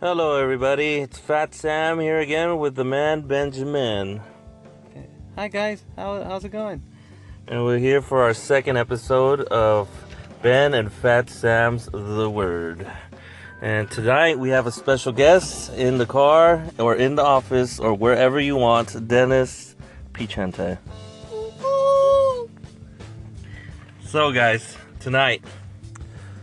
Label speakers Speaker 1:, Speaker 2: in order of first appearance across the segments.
Speaker 1: Hello, everybody. It's Fat Sam here again with the man Benjamin.
Speaker 2: Hi guys, How, how's it going?
Speaker 1: And we're here for our second episode of Ben and Fat Sam's The Word. And tonight we have a special guest in the car or in the office or wherever you want, Dennis Pichente. So, guys, tonight,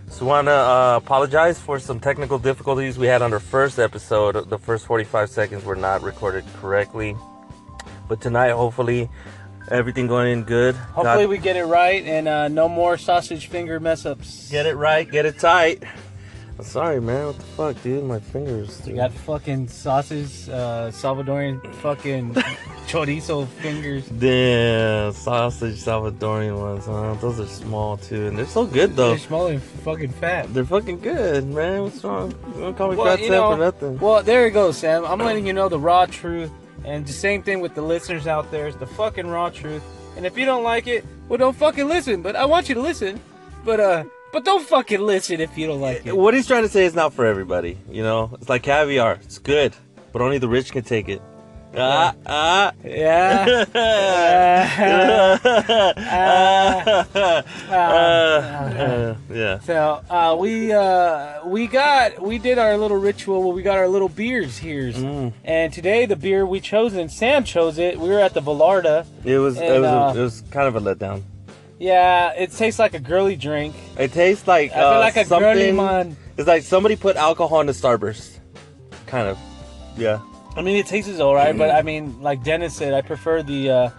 Speaker 1: just want to uh, apologize for some technical difficulties we had on our first episode. The first 45 seconds were not recorded correctly. But tonight, hopefully, everything going in good.
Speaker 2: Hopefully
Speaker 1: God-
Speaker 2: we get it right and uh, no more sausage finger mess ups.
Speaker 1: Get it right, get it tight. I'm sorry, man. What the fuck, dude? My fingers.
Speaker 2: We
Speaker 1: Dude.
Speaker 2: got fucking sausage, uh, Salvadorian fucking chorizo fingers.
Speaker 1: Damn, sausage Salvadorian ones, huh? Those are small too, and they're so good though.
Speaker 2: They're small and fucking fat.
Speaker 1: They're fucking good, man. What's wrong? You don't call me
Speaker 2: Well,
Speaker 1: fat
Speaker 2: you
Speaker 1: Sam
Speaker 2: know-
Speaker 1: for nothing.
Speaker 2: Well, there you go, Sam. I'm letting you know the raw truth, and the same thing with the listeners out there is the fucking raw truth. And if you don't like it, well, don't fucking listen. But I want you to listen. But uh, but don't fucking listen if you don't like it.
Speaker 1: What he's trying to say is not for everybody. You know, it's like caviar. It's good, but only the rich can take it. Ah ah.
Speaker 2: Yeah. Uh,
Speaker 1: Ah.
Speaker 2: ah.
Speaker 1: Ah. Yeah.
Speaker 2: so uh, we uh, we got we did our little ritual where we got our little beers here.
Speaker 1: Mm.
Speaker 2: And today the beer we chose and Sam chose it. We were at the Velarda.
Speaker 1: It was it
Speaker 2: And,
Speaker 1: was
Speaker 2: uh,
Speaker 1: a, it was kind of a letdown.
Speaker 2: Yeah, it tastes like a girly drink.
Speaker 1: It tastes like
Speaker 2: I feel
Speaker 1: uh,
Speaker 2: like a girly
Speaker 1: something.
Speaker 2: man.
Speaker 1: It's like somebody put alcohol in the starburst. Kind of. Yeah.
Speaker 2: I mean, it tastes all right,
Speaker 1: Mm.
Speaker 2: but I mean, like Dennis said, I prefer the uh,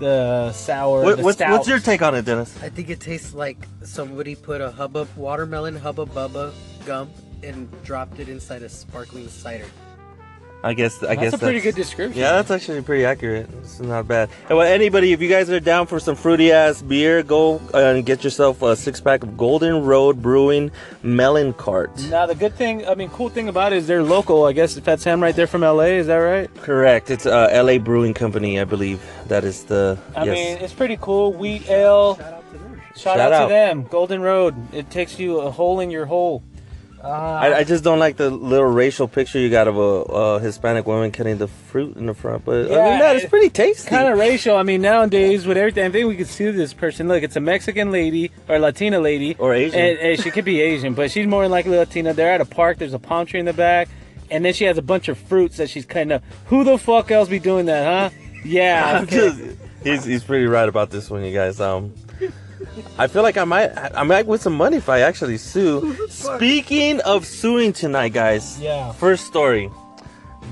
Speaker 2: the sour.
Speaker 1: What,
Speaker 2: the
Speaker 1: what's, what's
Speaker 2: stout.
Speaker 1: your take on it, Dennis?
Speaker 3: I think it tastes like somebody put a hubba watermelon hubba bubba gum and dropped it inside a sparkling cider.
Speaker 1: I guess. I
Speaker 2: That's
Speaker 1: guess
Speaker 2: a pretty good description.
Speaker 1: Yeah, that's actually pretty accurate. It's not bad. And well, anybody, if you guys are down for some fruity ass beer, go uh, and get yourself a six pack of Golden Road Brewing Melon Cart.
Speaker 2: Now the good thing, I mean, cool thing about it is they're local. I guess Fat Sam right there from LA. Is that right?
Speaker 1: Correct. It's uh, L.A. Brewing Company, I believe. That is the.
Speaker 2: I
Speaker 1: yes.
Speaker 2: mean, it's pretty cool. Wheat ale.
Speaker 3: Shout out to them.
Speaker 2: Shout,
Speaker 1: Shout
Speaker 2: out,
Speaker 1: out.
Speaker 2: to them. Golden Road. It takes you a hole in your hole. Uh,
Speaker 1: I, I just don't like the little racial picture you got of a, uh Hispanic woman cutting the fruit in the front. But other
Speaker 2: Yeah,
Speaker 1: than that, it's
Speaker 2: it-
Speaker 1: pretty tasty.
Speaker 2: kind of racial. I mean, nowadays with everything, I think we could sue this person. Look, it's a Mexican lady or Latina lady,
Speaker 1: Or Asian.
Speaker 2: And, and she could be Asian, but she's more than likely Latina. They're at a park. There's a palm tree in the back, and then she has a bunch of fruits that she's cutting up. Who the fuck else be doing that, huh? Yeah.
Speaker 1: I'm
Speaker 2: okay.
Speaker 1: just, he's he's pretty right about this one, you guys. Um, I feel like I might I might win some money if I actually sue. Speaking of suing tonight, guys.
Speaker 2: Yeah.
Speaker 1: First story.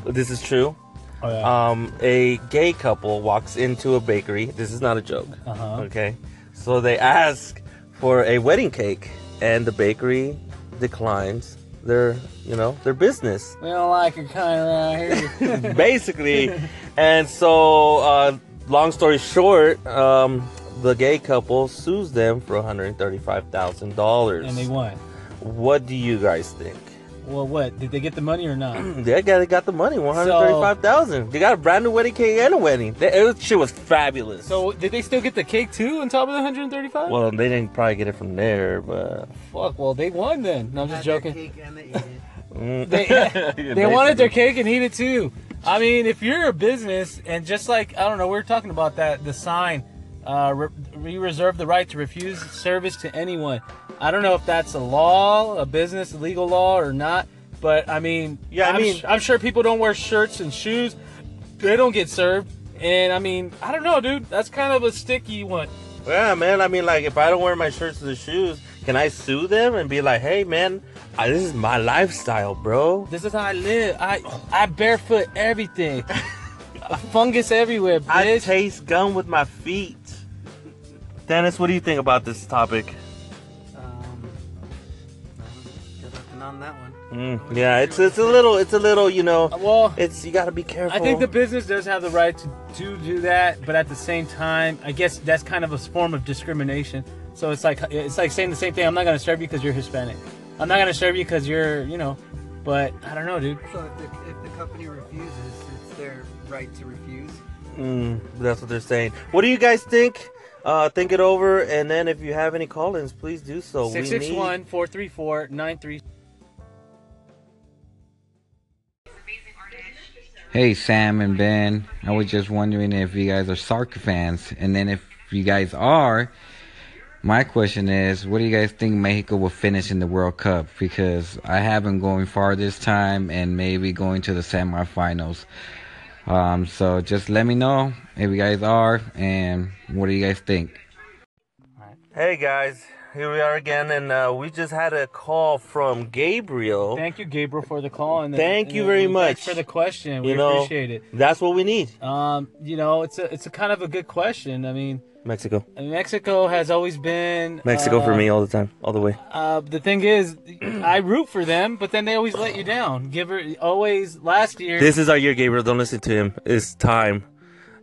Speaker 1: This is true.
Speaker 2: Oh, yeah.
Speaker 1: Um, a gay couple walks into a bakery. This is not a joke.
Speaker 2: Uh-huh.
Speaker 1: Okay. So they ask for a wedding cake, and the bakery declines their you know their business
Speaker 2: we don't like your kind around here.
Speaker 1: basically. And so, uh, long story short, um, the gay couple sues them for one hundred thirty-five thousand
Speaker 2: and they
Speaker 1: dollars.
Speaker 2: won.
Speaker 1: What do you guys think?
Speaker 2: Well, what did they get the money or not?
Speaker 1: They got they got the money one hundred thirty-five thousand. They got a brand new wedding cake and a wedding. They, it was, shit was fabulous.
Speaker 2: So did they still get the cake too on top of the 135?
Speaker 1: well, they didn't probably get it from there, but
Speaker 2: fuck. Well, they won then. No, I'm just
Speaker 3: Had their
Speaker 2: joking.
Speaker 3: cake and they ate it.
Speaker 1: Mm.
Speaker 2: They- They wanted their cake and eat it too. I mean, if you're a business and just like I don't know, we were talking about that the sign. Uh, re- we reserve the right to refuse service to anyone. I don't know if that's a law, a business a legal law or not, but I mean,
Speaker 1: Yeah, I
Speaker 2: I'm
Speaker 1: mean-
Speaker 2: sh- I'm sure people don't wear shirts and shoes. They don't get served, and I mean, I don't know, dude. That's kind of a sticky one.
Speaker 1: Yeah, man. I mean, like, if I don't wear my shirts and the shoes, can I sue them and be like, "Hey, man, I, this is my lifestyle, bro."
Speaker 2: This is how I live. I I barefoot everything. Fungus everywhere, bitch.
Speaker 1: I taste gum with my feet. Dennis, what do you think about this topic?
Speaker 3: Um, I don't know. Got nothing on that one.
Speaker 1: Mm, yeah, it's it's a little it's a little you know
Speaker 2: well,
Speaker 1: it's you got to be careful.
Speaker 2: I think the business does have the right to, to do that, but at the same time, I guess that's kind of a form of discrimination. So it's like it's like saying the same thing. I'm not gonna serve you because you're Hispanic. I'm not gonna serve you because you're you know. But I don't know, dude.
Speaker 3: So if the, if the company refuses, it's their right to refuse.
Speaker 1: Mm, that's what they're saying. What do you guys think? Uh, think it over, and then if you have any call-ins, please do so. We need-
Speaker 2: 661 434 93.
Speaker 4: Hey, Sam and Ben. I was just wondering if you guys are Sark fans. And then if you guys are, my question is, what do you guys think Mexico will finish in the World Cup? Because I have them going far this time and maybe going to the semifinals. Um, so just let me know if you guys are and what do you guys think?
Speaker 1: Hey guys, here we are again, and uh, we just had a call from Gabriel.
Speaker 2: Thank you, Gabriel, for the call. And the-
Speaker 1: Thank
Speaker 2: and
Speaker 1: you very
Speaker 2: thanks
Speaker 1: much.
Speaker 2: for the question. We
Speaker 1: you know,
Speaker 2: appreciate it.
Speaker 1: That's what we need.
Speaker 2: Um, you know, it's a it's a kind of a good question. I mean,
Speaker 1: Mexico,
Speaker 2: Mexico has always been
Speaker 1: Mexico
Speaker 2: uh,
Speaker 1: for me all the time, all the way.
Speaker 2: Uh, the thing is, I root for them, but then they always let you down. Give her always last year.
Speaker 1: This is our year, Gabriel. Don't listen to him. It's time.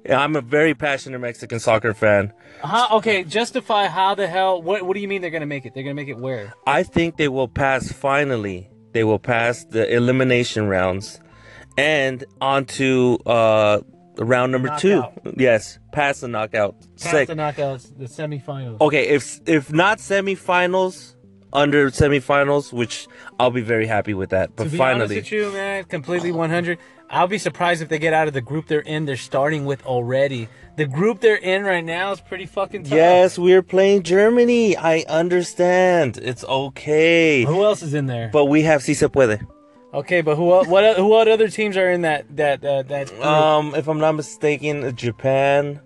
Speaker 1: Yeah, I'm a very passionate Mexican soccer fan.
Speaker 2: How, okay, justify how the hell? What What do you mean they're gonna make it? They're gonna make it where?
Speaker 1: I think they will pass finally. They will pass the elimination rounds and on to uh, round number two.
Speaker 2: Knockout.
Speaker 1: Yes, pass the knockout.
Speaker 2: Past
Speaker 1: Sick.
Speaker 2: the knockouts, the semifinals.
Speaker 1: okay, if if not semifinals, under semifinals, which I'll be very happy with that. But
Speaker 2: to be honest
Speaker 1: finally,
Speaker 2: with you, man, completely 100. I'll be surprised if they get out of the group they're in. They're starting with already. The group they're in right now is pretty fucking tough.
Speaker 1: yes, we're playing Germany. I understand. It's okay.
Speaker 2: Who else is in there?
Speaker 1: But we have Si Se Puede.
Speaker 2: okay, but who? el- What? o- Who? What other teams are in that? That? Uh, that? group?
Speaker 1: Um, if I'm not mistaken, Japan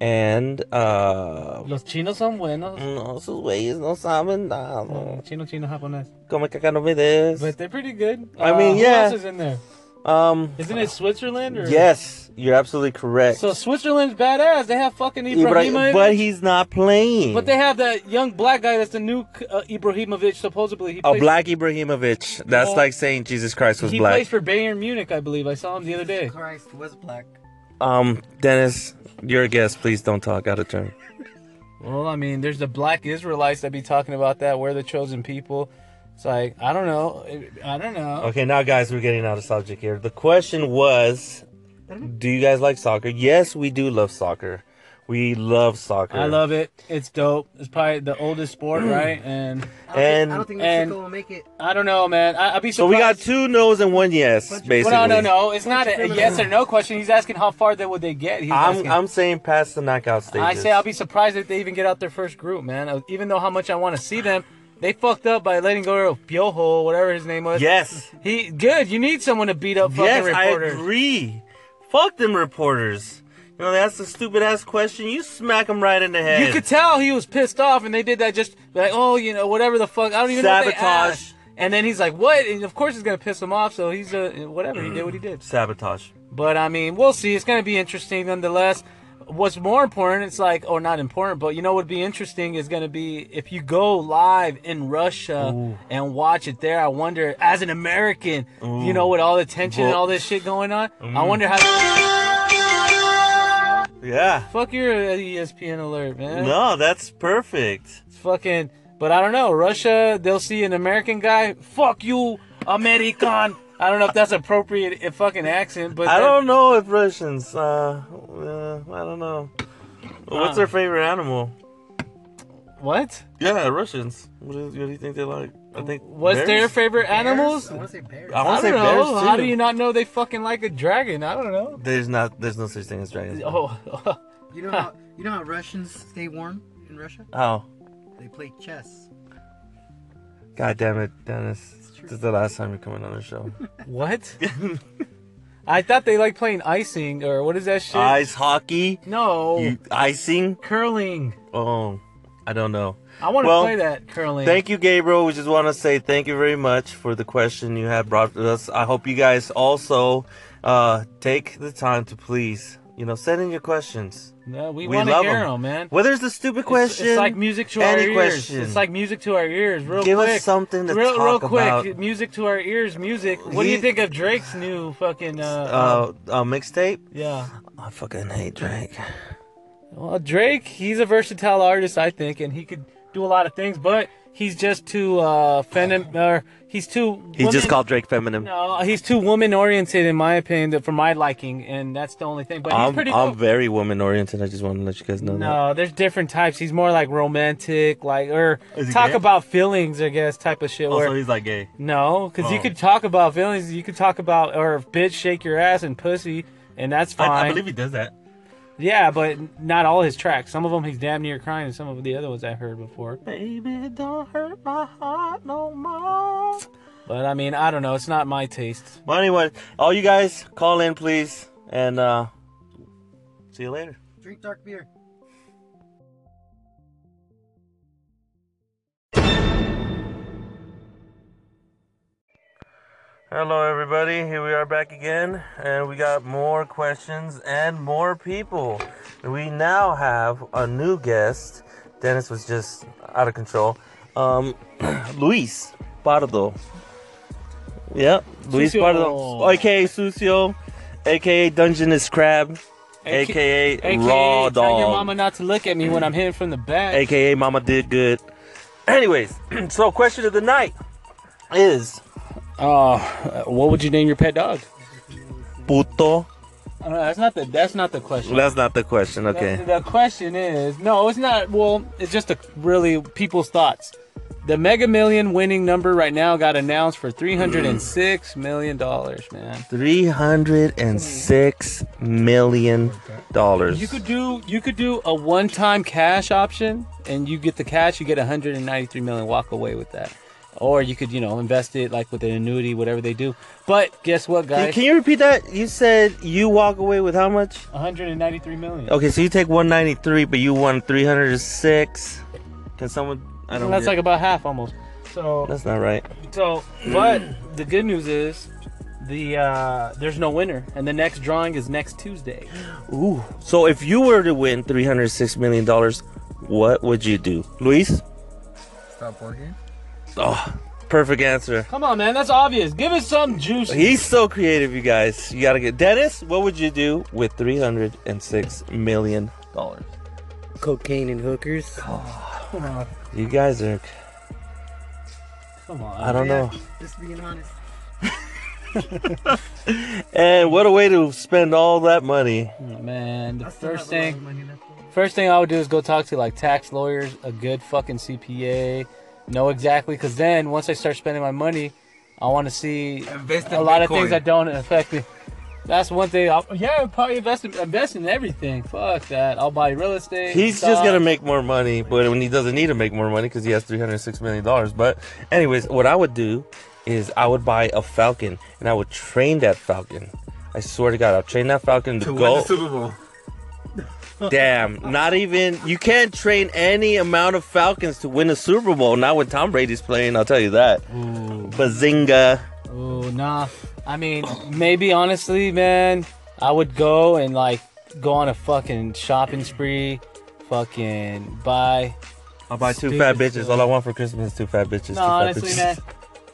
Speaker 1: and uh, mm,
Speaker 2: Los chinos son buenos.
Speaker 1: no, sus güeyes no saben nada.
Speaker 2: Chino, chino, japonés.
Speaker 1: Como que acá no me des.
Speaker 2: But they're pretty good. Uh,
Speaker 1: I mean, yeah.
Speaker 2: Who else is in there?
Speaker 1: Um,
Speaker 2: Isn't it Switzerland? Or...
Speaker 1: yes, you're absolutely correct.
Speaker 2: So Switzerland's badass. They have fucking
Speaker 1: Ibra-
Speaker 2: Ibrahimovic.
Speaker 1: but he's not playing.
Speaker 2: But they have that young black guy that's the new uh, Ibrahimovic, supposedly. He
Speaker 1: a
Speaker 2: plays-
Speaker 1: black Ibrahimovic. That's
Speaker 2: Well,
Speaker 1: like saying Jesus Christ was
Speaker 2: Oh. He
Speaker 1: black.
Speaker 2: plays for Bayern Munich, I believe. I saw him the other day.
Speaker 3: Christ was black.
Speaker 1: um, Dennis, you're a guest. Please don't talk out of turn.
Speaker 2: Well, I mean, there's the black Israelites that be talking about that. We're the chosen people. It's like, I don't know. I don't know.
Speaker 1: Okay, now guys, we're getting out of subject here. The question was, do you guys like soccer? Yes, we do love soccer. We love soccer.
Speaker 2: I love it. It's dope. It's probably the oldest sport, right? And
Speaker 3: I don't,
Speaker 1: And-
Speaker 3: think, I don't think
Speaker 2: and-
Speaker 3: Mexico will make it.
Speaker 2: I don't know, man. I, I'd be surprised.
Speaker 1: So we got two no's and one yes, basically.
Speaker 2: Well, no, no, no. It's not a, a
Speaker 3: criminal.
Speaker 2: yes or no question. He's asking how far they would they get. He's
Speaker 1: I'm
Speaker 2: asking.
Speaker 1: I'm saying past the knockout stages.
Speaker 2: I say I'll be surprised if they even get out their first group, man. Uh, Even though how much I want to see them, they fucked up by letting go of Piojo, whatever his name was.
Speaker 1: Yes,
Speaker 2: He good. You need someone to beat up fucking
Speaker 1: yes,
Speaker 2: reporters.
Speaker 1: I agree. Fuck them reporters. You know that's a stupid ass question. You smack them right in the head.
Speaker 2: You could tell he was pissed off, and they did that just like, oh, you know, whatever the fuck. I don't even know. what they
Speaker 1: Sabotage.
Speaker 2: asked. And then he's like, what? And of course it's gonna piss him off. So he's uh, whatever. He did what he did.
Speaker 1: sabotage.
Speaker 2: But I mean, we'll see. It's going to be interesting nonetheless. What's more important, it's like, or not important, but you know what would be interesting is going to be if you go live in Russia and watch it there. I wonder, as an American, you know, with all the tension and
Speaker 1: Well-
Speaker 2: all this shit going on,
Speaker 1: Mm.
Speaker 2: I wonder how.
Speaker 1: Yeah.
Speaker 2: Fuck your uh, ESPN alert, man.
Speaker 1: No, that's perfect.
Speaker 2: It's fucking. But I don't know. Russia, they'll see an American guy. Fuck you, American. I don't know if that's appropriate uh, fucking accent, but
Speaker 1: I
Speaker 2: that-
Speaker 1: don't know if Russians. Uh, uh I don't know. What's
Speaker 2: Um.
Speaker 1: their favorite animal?
Speaker 2: what?
Speaker 1: Yeah, Russians. What, is, what do you think they like? I think.
Speaker 2: What's their
Speaker 1: bears?
Speaker 2: favorite animals? Uh-huh.
Speaker 3: Bears? I want to say bears.
Speaker 1: I
Speaker 2: I
Speaker 1: want to say
Speaker 2: don't
Speaker 1: bears
Speaker 2: know.
Speaker 1: too.
Speaker 2: How do you not know they fucking like a dragon? I don't know.
Speaker 1: There's not. There's no such thing as dragons.
Speaker 2: Oh,
Speaker 3: You know how you know how Russians stay warm in Russia?
Speaker 1: Oh.
Speaker 3: They play chess.
Speaker 1: God damn it, Dennis.
Speaker 3: true.
Speaker 1: This is the last time you're coming on the show.
Speaker 2: what? I thought they like playing icing or what is that shit?
Speaker 1: Ice hockey?
Speaker 2: no,
Speaker 1: You- icing?
Speaker 2: curling.
Speaker 1: Oh, I don't know.
Speaker 2: I want to
Speaker 1: Well,
Speaker 2: play that curling.
Speaker 1: Thank you, Gabriel. We just want to say thank you very much for the question you have brought to us. I hope you guys also uh, take the time to please, you know, send in your questions.
Speaker 2: no, we,
Speaker 1: we
Speaker 2: want to
Speaker 1: love
Speaker 2: hear
Speaker 1: 'em.
Speaker 2: them, man.
Speaker 1: Whether it's a stupid
Speaker 2: It's-
Speaker 1: question,
Speaker 2: It's, like music to our
Speaker 1: any
Speaker 2: ears.
Speaker 1: question.
Speaker 2: It's like music to our ears. Real
Speaker 1: Give us
Speaker 2: quick.
Speaker 1: something to
Speaker 2: real, real
Speaker 1: talk
Speaker 2: quick.
Speaker 1: about.
Speaker 2: Music to our ears. Music. What do
Speaker 1: He-
Speaker 2: you think of Drake's new fucking? Uh, um,
Speaker 1: uh, a mixtape.
Speaker 2: yeah.
Speaker 1: I fucking hate Drake.
Speaker 2: Well, Drake, he's a versatile artist, I think, and he could do a lot of things, but he's just too uh feminine or he's too
Speaker 1: He just
Speaker 2: woman-
Speaker 1: called Drake feminine.
Speaker 2: no, he's too woman oriented in my opinion for my liking and that's the only thing. But he's
Speaker 1: I'm,
Speaker 2: pretty
Speaker 1: I'm
Speaker 2: dope.
Speaker 1: very woman oriented. I just want to let you guys know that.
Speaker 2: No, there's different types. He's more like romantic, like or
Speaker 1: Is he
Speaker 2: talk
Speaker 1: gay?
Speaker 2: about feelings, I guess, type of shit. where-
Speaker 1: Oh, he's like gay.
Speaker 2: no, because you
Speaker 1: Oh.
Speaker 2: could talk about feelings. You could talk about or bitch, shake your ass and pussy, and that's fine.
Speaker 1: he does that.
Speaker 2: yeah, but not all his tracks. Some of them he's damn near crying, and some of the other ones I've heard before.
Speaker 1: Baby, don't hurt my heart no more.
Speaker 2: But I mean, I don't know. It's not my taste.
Speaker 1: Well, anyway, all you guys, call in, please, and uh, see you later.
Speaker 3: Drink dark beer.
Speaker 1: Hello, everybody. Here we are back again, and we got more questions and more people. We now have a new guest. Dennis was just out of control. Um, Luis Pardo. Yep, Luis
Speaker 2: Sucio.
Speaker 1: Pardo, aka Sucio, aka Dungeness Crab, aka, Raw
Speaker 2: tell your
Speaker 1: Dog,
Speaker 2: mama not to look at me when I'm hitting from the back.
Speaker 1: aka Mama Did Good. Anyways, so question of the night is
Speaker 2: Oh, uh, what would you name your pet dog?
Speaker 1: Puto.
Speaker 2: Uh, that's not the. That's not the question.
Speaker 1: That's not the question.
Speaker 2: The-
Speaker 1: Okay.
Speaker 2: The, question is, no, it's not. Well, it's just a really people's thoughts. The Mega Million winning number right now got announced for three hundred and six million dollars, man.
Speaker 1: 306 million dollars.
Speaker 2: You could do you could do a one time cash option, and you get the cash, you get one hundred and ninety three million, walk away with that. Or you could, you know, invest it like with an annuity, whatever they do. But guess what,
Speaker 1: Can,
Speaker 2: guys?
Speaker 1: can you repeat that? You said you walk away with how much?
Speaker 2: One hundred and ninety three million.
Speaker 1: Okay, so you take 193, but you won 306. Can someone? I don't.
Speaker 2: that's
Speaker 1: get-
Speaker 2: like about half almost. So
Speaker 1: That's not right.
Speaker 2: So, but the good news is the uh, there's no winner, and the next drawing is next Tuesday.
Speaker 1: Ooh. So if you were to win 306 million dollars, what would you do, Luis?
Speaker 5: Stop working.
Speaker 1: Oh, perfect answer.
Speaker 2: Come on, man, that's obvious. Give us some juice.
Speaker 1: He's so creative, you guys. You gotta get Dennis. What would you do with 306 million dollars?
Speaker 3: Cocaine and hookers.
Speaker 2: Come on,
Speaker 1: You guys are.
Speaker 2: come on.
Speaker 1: I don't know.
Speaker 3: Just being honest.
Speaker 1: And what a way to spend all that money.
Speaker 2: man. The
Speaker 3: I still
Speaker 2: first
Speaker 3: have a lot of
Speaker 2: thing,
Speaker 3: money left over.
Speaker 2: first thing I would do is go talk to like tax lawyers, a good fucking CPA. Know exactly, because then once I start spending my money, I want to see
Speaker 5: Invest in
Speaker 2: a lot of
Speaker 5: Bitcoin.
Speaker 2: things that don't affect me. That's one thing. I'll, yeah, I'll probably invest in, invest in everything. Fuck that. I'll buy real estate.
Speaker 1: He's just
Speaker 2: stocks.
Speaker 1: gonna make more money, but when he doesn't need to make more money because he has three hundred six million dollars. But, anyways, what I would do is I would buy a falcon and I would train that falcon. I swear to God, I'll train that falcon to,
Speaker 5: To win the
Speaker 1: go.
Speaker 5: Super Bowl.
Speaker 1: Damn, not even you can't train any amount of falcons to win a Super Bowl. Not when Tom Brady's playing, I'll tell you that. Bazinga!
Speaker 2: Oh nah. I mean, maybe honestly, man, I would go and like go on a fucking shopping spree, fucking buy.
Speaker 1: I'll buy two
Speaker 2: Stupid
Speaker 1: fat bitches.
Speaker 2: stuff.
Speaker 1: All I want for Christmas is two fat bitches. two
Speaker 2: No,
Speaker 1: fat
Speaker 2: honestly,
Speaker 1: bitches.
Speaker 2: man,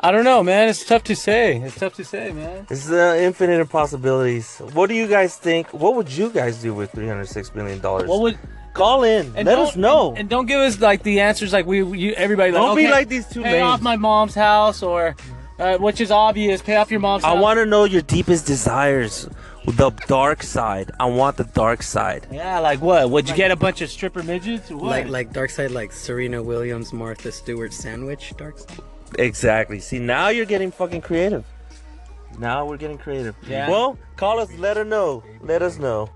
Speaker 2: I don't know, man. It's tough to say. It's tough to say, man.
Speaker 1: It's uh, infinite possibilities. What do you guys think? What would you guys do with three hundred six million dollars?
Speaker 2: What would
Speaker 1: Call in.
Speaker 2: and
Speaker 1: Let
Speaker 2: don't-
Speaker 1: us know.
Speaker 2: and, and don't give us like the answers like we you everybody like
Speaker 1: Don't be
Speaker 2: okay,
Speaker 1: like these two
Speaker 2: pay off
Speaker 1: lames.
Speaker 2: my mom's house or. Uh, which is obvious. Pay off your mom's.
Speaker 1: I
Speaker 2: house.
Speaker 1: want to know your deepest desires. The dark side. I want the dark side.
Speaker 2: Yeah, like what? Would you get a bunch of stripper midgets? Or what?
Speaker 3: Like like dark side like Serena Williams, Martha Stewart sandwich dark side.
Speaker 1: Exactly. See, now you're getting fucking creative. Now we're getting creative.
Speaker 2: Yeah.
Speaker 1: Well, call us. Let her know. Let us know.